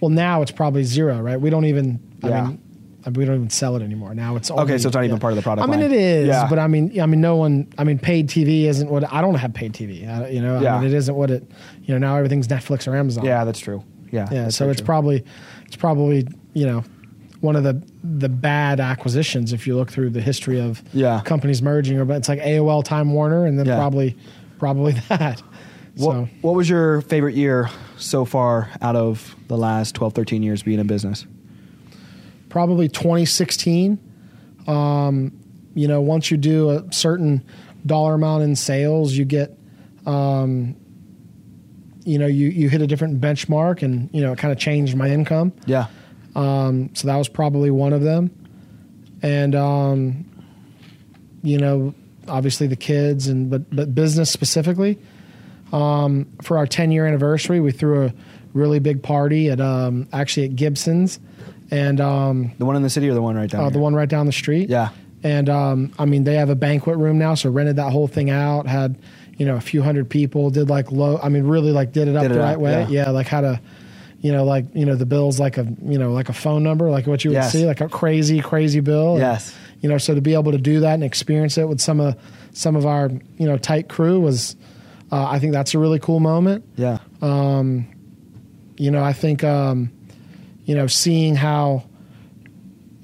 Well, now it's probably zero, right? We don't even. Yeah. I mean, I mean, we don't even sell it anymore. Now it's only, Okay, so it's not even part of the product I mean, line. it is, Yeah. but I mean, I mean, no one. I mean, paid TV isn't what I don't have paid TV. I, you know, Yeah. I mean, it isn't what it. You know, now everything's Netflix or Amazon. Yeah, that's true. Yeah. yeah. that's So very it's true. probably, it's probably you know, one of the the bad acquisitions if you look through the history of Yeah. companies merging. Or but it's like AOL, Time Warner, and then Yeah. probably probably that. What, so what was your favorite year so far out of the last 12, 13 years being in business? probably 2016. Um, you know, once you do a certain dollar amount in sales, you get, um, you know, you, you hit a different benchmark and, you know, it kind of changed my income. Yeah. Um, so that was probably one of them. And, um, you know, obviously the kids and, but, but business specifically, um, for our 10 year anniversary, we threw a really big party at, um, actually at Gibson's and, um, The one in the city or the one right uh, down the here? one right down the street. Yeah. And um, I mean, they have a banquet room now, so rented that whole thing out. Had you know a few hundred people. Did like low. I mean, really like did it up Did the it right up, way. yeah. Yeah. like had a, you know, like you know the bill's like a you know like a phone number, like what you would Yes. see, like a crazy crazy bill. And, Yes. you know, so to be able to do that and experience it with some of some of our you know tight crew was, uh, I think that's a really cool moment Yeah. you know, I think, um, you know, seeing how,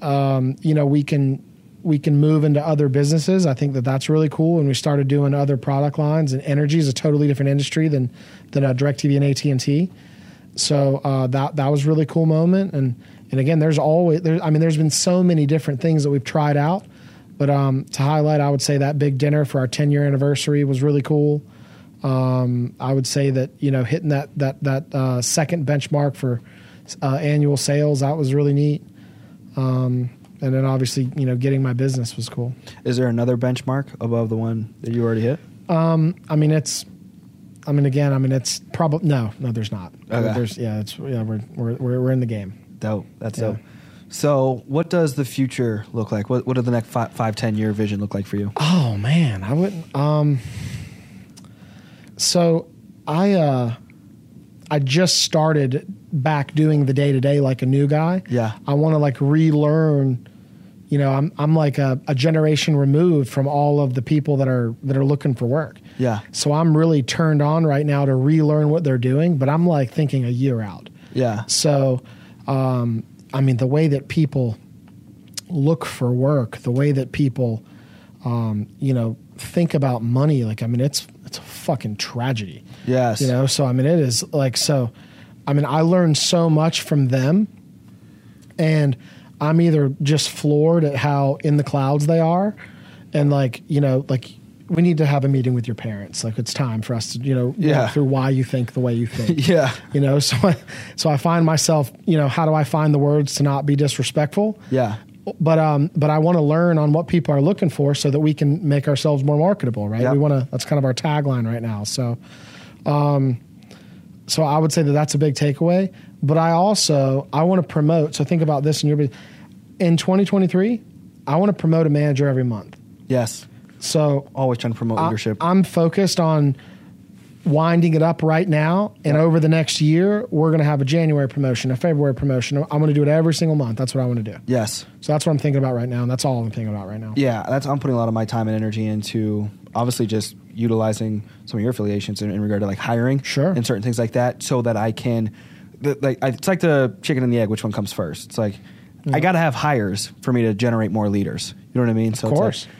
um, you know, we can we can move into other businesses. I think that that's really cool. And we started doing other product lines. And energy is a totally different industry than than uh, Directv and AT and T. So uh, that that was a really cool moment. And and again, there's always there. I mean, there's been so many different things that we've tried out. But um, to highlight, I would say that big dinner for our 10 year anniversary was really cool. I would say that you know hitting that that that uh, second benchmark for uh, annual sales that was really neat, um, and then obviously you know getting my business was cool. Is there another benchmark above the one that you already hit? I mean it's, I mean again I mean it's probably no no there's not Okay. there's yeah it's yeah we're we're we're, we're in the game. Dope. That's Yeah. dope. So, what does the future look like? What What does the next five, five, ten year vision look like for you? Oh man, I wouldn't. Um, so I uh, I just started back doing the day to day like a new guy. Yeah. I want to like relearn. You know, I'm I'm like a, a generation removed from all of the people that are that are looking for work. Yeah. So I'm really turned on right now to relearn what they're doing, but I'm like thinking a year out. Yeah. So, um, I mean, the way that people look for work, the way that people, um, you know, think about money, like, I mean, it's, it's a fucking tragedy. Yes. You know, so, I mean, it is like, so, I mean, I learned so much from them and I'm either just floored at how in the clouds they are, and like you know, like we need to have a meeting with your parents. Like it's time for us to you know walk Yeah. through why you think the way you think. Yeah. you know. So I, so I find myself you know how do I find the words to not be disrespectful? Yeah. But um, but I want to learn on what people are looking for so that we can make ourselves more marketable, right? Yep. We want to. That's kind of our tagline right now. So um, so I would say that that's a big takeaway. But I also I want to promote. So think about this in your bus- in 2023. I want to promote a manager every month. Yes. So Always trying to promote I- leadership. I'm focused on winding it up right now, and over the next year, we're going to have a January promotion, a February promotion. I'm going to do it every single month. That's what I want to do. yes. So that's what I'm thinking about right now, and that's all I'm thinking about right now. Yeah, that's I'm putting a lot of my time and energy into obviously just utilizing some of your affiliations in, in regard to like hiring, Sure. and certain things like that, so that I can, the, like I, it's like the chicken and the egg, which one comes first? It's like I got to have hires for me to generate more leaders. You know what I mean? So Of course. It's like,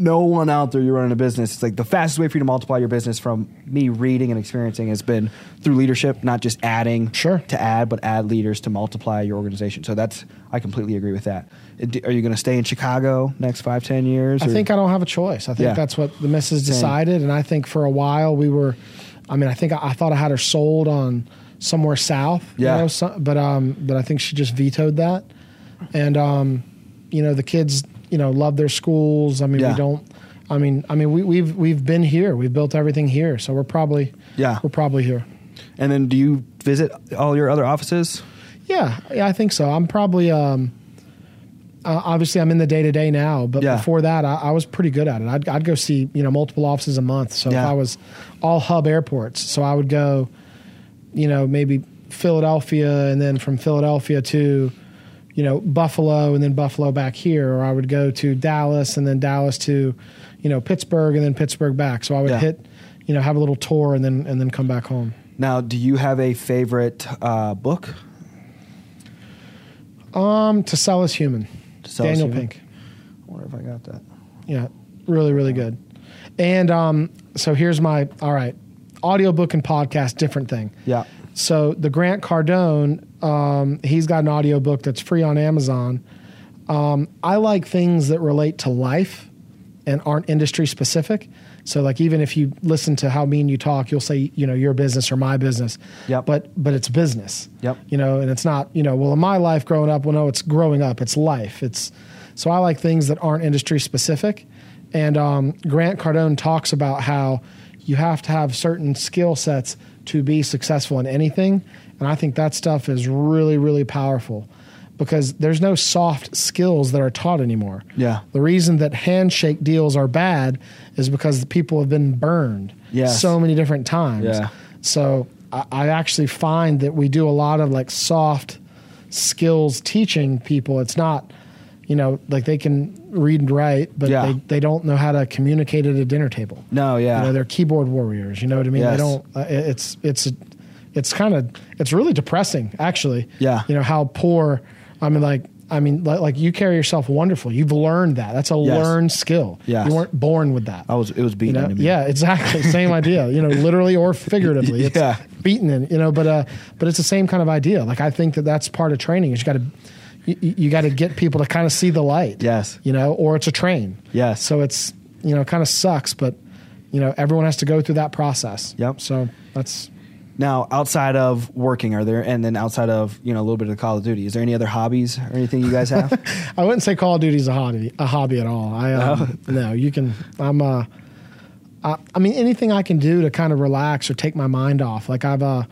no one out there you're running a business it's like the fastest way for you to multiply your business from me reading and experiencing has been through leadership not just adding Sure. to add but add leaders to multiply your organization so that's i completely agree with that Uh, d- are you going to stay in chicago next five ten years I or- think I don't have a choice. I think Yeah. that's what the missus decided, and I think for a while we were. I mean, I think I, I thought I had her sold on somewhere south. Yeah. You know, so, but um, but I think she just vetoed that, and um, you know, the kids, you know, love their schools. I mean, Yeah. we don't. I mean, I mean, we, we've we've been here. We've built everything here, so we're probably Yeah. we're probably here. and then do you visit all your other offices Yeah, yeah, I think so. I'm probably um, uh, obviously I'm in the day to day now, but Yeah. before that, I, I was pretty good at it. I'd, I'd go see you know multiple offices a month. So Yeah. if I was all hub airports, so I would go, you know, maybe Philadelphia, and then from Philadelphia to you know Buffalo, and then Buffalo back here, or I would go to Dallas, and then Dallas to you know Pittsburgh, and then Pittsburgh back. So I would Yeah. hit you know have a little tour, and then and then come back home. now do you have a favorite uh, book Um, to sell is human, To Sell Is Daniel Human? Pink. i wonder if i got that Yeah, really, really good. And um, so here's my all right, audiobook and podcast, different thing. yeah So the Grant Cardone, um, he's got an audiobook that's free on Amazon. Um, I like things that relate to life and aren't industry specific. So like even if you listen to how mean you talk, you'll say you know your business or my business. Yep. But but it's business. Yep. You know, and it's not you know well in my life growing up. Well, no, it's growing up. It's life. It's so I like things that aren't industry specific. And um, Grant Cardone talks about how you have to have certain skill sets to be successful in anything, and I think that stuff is really really powerful because there's no soft skills that are taught anymore. Yeah. The reason that handshake deals are bad is because the people have been burned Yes. so many different times. Yeah. So I, I actually find that we do a lot of like soft skills teaching people. It's not, you know, like they can read and write, but Yeah. they, they don't know how to communicate at a dinner table. no yeah You know, they're keyboard warriors. You know what I mean? Yes. They don't. Uh, it- it's it's it's kind of it's really depressing, actually. Yeah. You know how poor. I mean, like I mean, like, like you carry yourself wonderful. You've learned that. That's a Yes. learned skill. Yes. You weren't born with that. i was it was beaten You know? into me Yeah, exactly. Same idea. You know, literally or figuratively. It's Yeah. beaten in. You know, but uh, but it's the same kind of idea. Like I think that that's part of training. Is you got to you, you got to get people to kind of see the light. Yes. You know, or it's a train. Yes. So it's you know kind of sucks, but you know everyone has to go through that process. Yep. So that's Now, outside of working, are there, and then outside of you know a little bit of Call of Duty, is there any other hobbies or anything you guys have? I wouldn't say Call of Duty's a hobby, a hobby at all. I um, no. you can. I'm. Uh, I, I mean, anything I can do to kind of relax or take my mind off. Like I've, uh,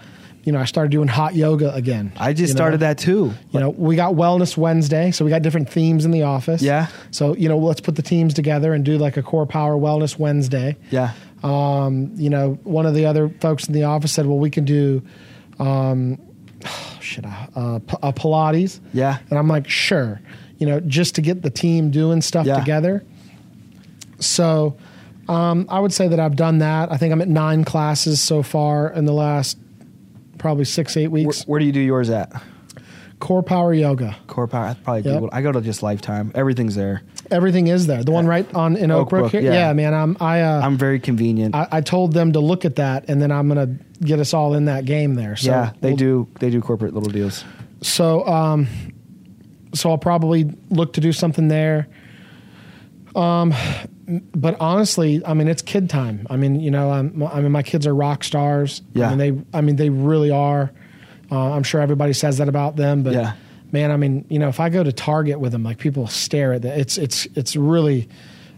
you know, I started doing hot yoga again. I just you know? started that too. You know, we got Wellness Wednesday, so we got different themes in the office. Yeah. So you know, let's put the teams together and do like a core power Wellness Wednesday Yeah, um, you know, one of the other folks in the office said, "Well, we can do, um, shit, uh, P- uh, Pilates." Yeah. and I'm like, "Sure," you know, just to get the team doing stuff Yeah. together. So, um, I would say that I've done that. I think I'm at nine classes so far in the last probably six, eight where, weeks. where do you do yours at? Core power yoga. Core Power. I probably Yep. Googled. I go to just Lifetime. Everything's there. Everything is there. The one right on in Oak, Oak Brook, Brook, here. yeah. Yeah, man. I'm I. Uh, I'm very convenient. I, I told them to look at that, and then I'm gonna get us all in that game there. So yeah, they we'll- do. They do corporate little deals. So, um, so I'll probably look to do something there. Um, but honestly, I mean, it's kid time. I mean, you know, I'm, I mean, my kids are rock stars. Yeah. I mean, they, I mean, they really are. Uh, I'm sure everybody says that about them, but Yeah. man, I mean, you know, if I go to Target with them, like people stare at that. It's, it's, it's really,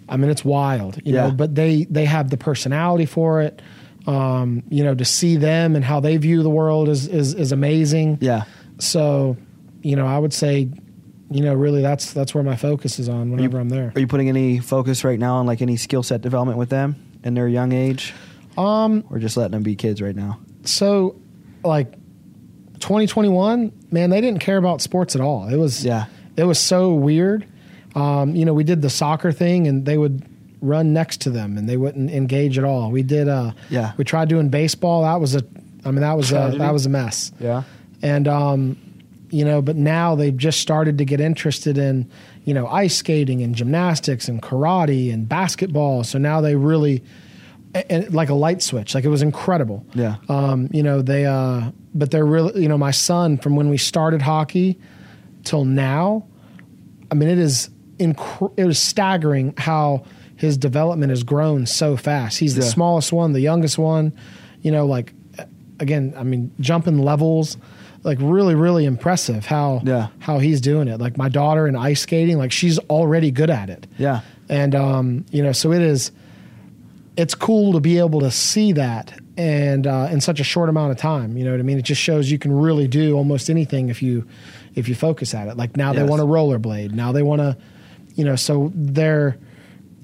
I mean, it's wild, you Yeah. know, but they, they have the personality for it. Um, you know, to see them and how they view the world is, is, is amazing. Yeah. So, you know, I would say, you know, really that's that's where my focus is on whenever I'm there. Are you putting any focus right now on like any skill set development with them in their young age? Um, or just letting them be kids right now? So, like 2021, man, they didn't care about sports at all. It was Yeah. it was so weird. Um, you know, we did the soccer thing and they would run next to them and they wouldn't engage at all. We did uh Yeah. we tried doing baseball. That was a I mean that was a Tragedy. that was a mess. Yeah. and um, you know, but now they've just started to get interested in, you know, ice skating and gymnastics and karate and basketball. So now they really, a- and like a light switch, like it was incredible. Yeah. Um, you know, they, uh, but they're really, you know, my son from when we started hockey till now, I mean, it is inc- it was staggering how his development has grown so fast. He's the Yeah. smallest one, the youngest one. You know, like again, I mean, jumping levels, like really, really impressive how Yeah. how he's doing it. Like my daughter in ice skating, like she's already good at it. Yeah. And um, you know, so it is. It's cool to be able to see that, and uh, in such a short amount of time. You know what I mean? It just shows you can really do almost anything if you if you focus at it. Like now they Yes. want to rollerblade. Now they want to, you know. So they're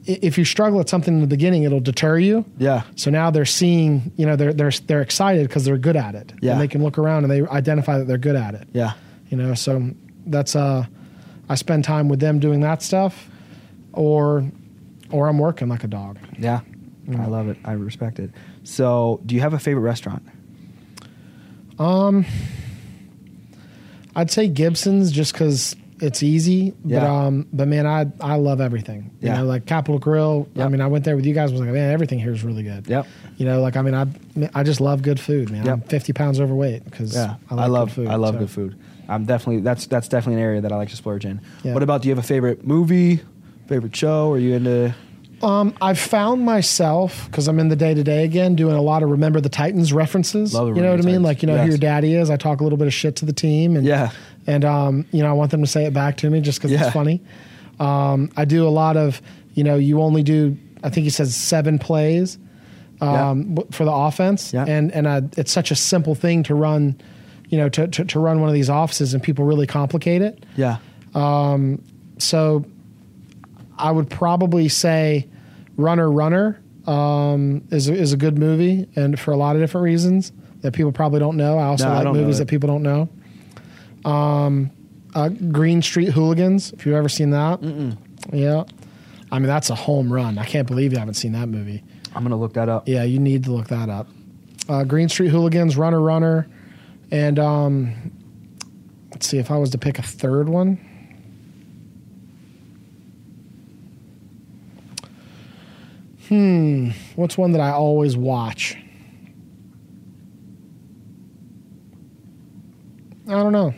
i- if you struggle at something in the beginning, it'll deter you. Yeah. So now they're seeing, you know, they're they're they're excited because they're good at it. Yeah. And they can look around and they identify that they're good at it Yeah. you know so that's uh i spend time with them doing that stuff or or i'm working like a dog Yeah. I love it. I respect it. So, do you have a favorite restaurant? i'd say gibson's just because it's easy but Yeah. um but man i i love everything you Yeah. know like capitol grill i Yep. mean i went there with you guys was like man everything here is really good Yep. you know like i mean i i just love good food man i'm Yep. 50 pounds overweight because Yeah, I, I, like love good food I love so. good food. I'm definitely that's that's definitely an area that I like to splurge in. Yeah. What about do you have a favorite movie, favorite show? Are you into? Um, I've found myself because I'm in the day to day again, doing a lot of remember the Titans references. Love the you know what I Remember the mean? Titans. Like you know Yes. who your daddy is. I talk a little bit of shit to the team, and Yeah. and um, you know I want them to say it back to me just because Yeah. it's funny. Um, I do a lot of you know you only do I think he says seven plays um, w- for the offense, Yeah. and and I, it's such a simple thing to run, you know, to, to to run one of these offices, and people really complicate it Yeah, so I would probably say Runner Runner um, is is a good movie, and for a lot of different reasons that people probably don't know. I also No, I like don't know movies it. that people don't know. Um, uh, Green Street Hooligans, if you've ever seen that, yeah. I mean that's a home run. I can't believe you haven't seen that movie. I'm gonna look that up. Yeah, you need to look that up. Uh, Green Street Hooligans, Runner Runner, and um, let's see if I was to pick a third one. Hmm, what's one that I always watch? I don't know.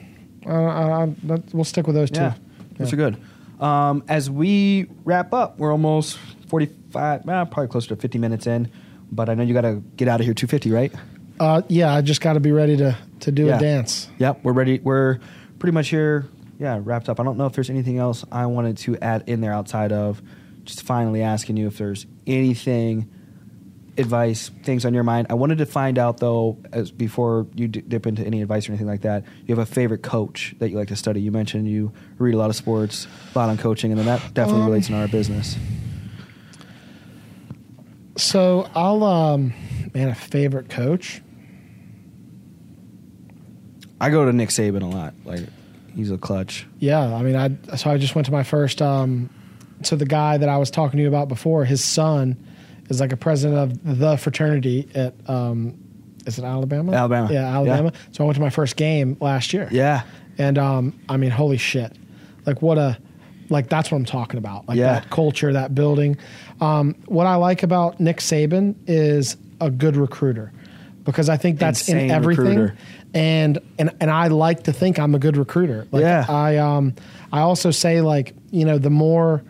I, I, I, that, we'll stick with those two. Yeah, those are good. Um, as we wrap up, we're almost 45, eh, probably closer to 50 minutes in. But I know you got to get out of here 250, right? Uh, yeah, I just got to be ready to to do Yeah. a dance. Yep, we're ready. We're pretty much here. Yeah, wrapped up. I don't know if there's anything else I wanted to add in there outside of just finally asking you if there's anything, advice, things on your mind. I wanted to find out though, as before you d- dip into any advice or anything like that, you have a favorite coach that you like to study. You mentioned you read a lot of sports, a lot on coaching, and then that definitely Um, relates in our business. So I'll um man a favorite coach. I go to Nick Saban a lot. Like he's a clutch. Yeah, I mean I so I just went to my first um so the guy that I was talking to you about before, his son is like a president of the fraternity at um is it Alabama? Alabama. Yeah, Yeah. Alabama. So I went to my first game last year. Yeah. And um I mean holy shit. Like what a like that's what I'm talking about. Like Yeah. that culture, that building. Um what I like about Nick Saban is a good recruiter. Because I think that's in Insane everything recruiter. and and and I like to think I'm a good recruiter. Like Yeah. I um I also say like, you know, the more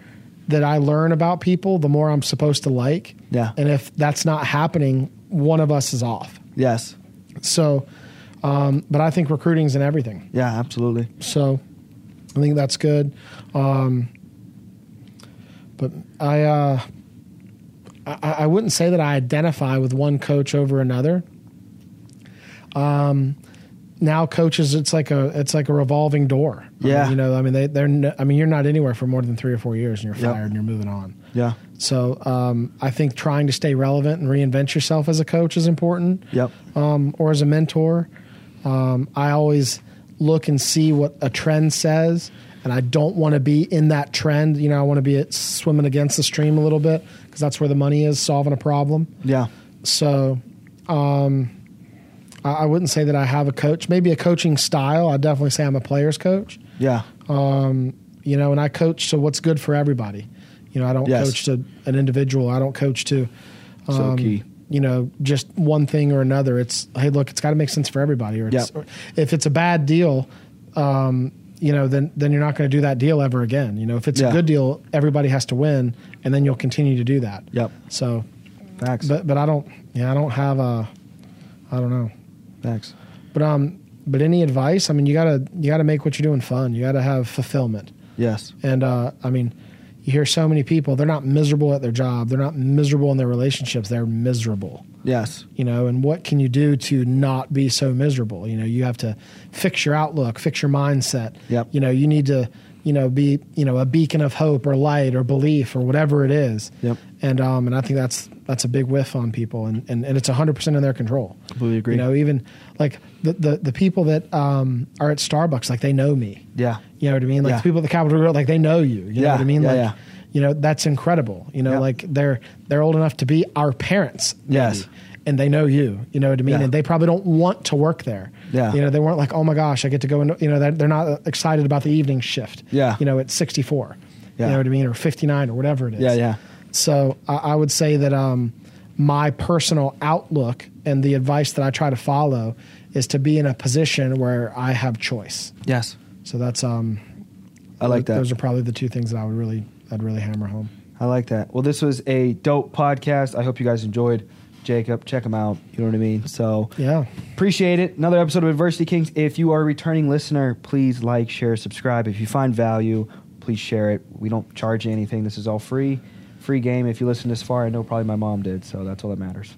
that I learn about people, the more I'm supposed to like. Yeah. And if that's not happening, one of us is off. Yes. So um but I think recruiting's in everything. Yeah, absolutely. So I think that's good. Um but I uh I, I I wouldn't say that I identify with one coach over another Um, now coaches it's like a it's like a revolving door I mean, Yeah. you know i mean they, they're n- i mean you're not anywhere for more than three or four years and you're Yep. fired and you're moving on Yeah. so um, i think trying to stay relevant and reinvent yourself as a coach is important Yep. um, or as a mentor um, i always look and see what a trend says and i don't want to be in that trend you know i want to be at, swimming against the stream a little bit because that's where the money is solving a problem Yeah. so, um, I, I wouldn't say that I have a coach. Maybe a coaching style. I definitely say I'm a player's coach. Yeah. you know, and I coach to what's good for everybody. You know, I don't Yes. coach to an individual. I don't coach to, um, So key. you know, just one thing or another. It's hey, look, it's got to make sense for everybody. Or, it's, Yep. or if it's a bad deal, um, you know, then then you're not going to do that deal ever again. You know, if it's Yeah. a good deal, everybody has to win, and then you'll continue to do that. Yep. So, Facts. but but I don't, yeah, I don't have a, I don't know. Facts. But um, but any advice? I mean, you gotta you gotta make what you're doing fun. You gotta have fulfillment. Yes. And uh, I mean, you hear so many people. They're not miserable at their job. They're not miserable in their relationships. They're miserable. Yes. You know. And what can you do to not be so miserable? You know, you have to fix your outlook, fix your mindset. Yep. You know, you need to you know be you know a beacon of hope or light or belief or whatever it is. Yep. And um, and I think that's that's a big whiff on people, and and, and it's hundred percent in their control. Completely agree. You know, even like the the, the people that um, are at Starbucks, like they know me. Yeah. You know what I mean? Like Yeah. the people at the Capitol Grill, like they know you. You know Yeah, what I mean? yeah, like yeah. you know, that's incredible. You know, Yeah. like they're they're old enough to be our parents. Yes. And they know you. You know what I mean? Yeah. And they probably don't want to work there. Yeah. You know, they weren't like, oh my gosh, I get to go into you know, they're, they're not excited about the evening shift. Yeah. You know, at sixty four. Yeah. You know what I mean? Or fifty nine or whatever it is. Yeah, yeah. So I, I would say that um, my personal outlook and the advice that I try to follow is to be in a position where I have choice. Yes. So that's um, I like that. Those are probably the two things that I would really, I'd really hammer home. I like that. Well, this was a dope podcast. I hope you guys enjoyed. Jacob, check him out. You know what I mean? So, Yeah. Appreciate it. Another episode of Adversity Kings. If you are a returning listener, please like, share, subscribe. If you find value, please share it. We don't charge you anything. This is all free. Free game. If you listen this far, I know probably my mom did, so that's all that matters.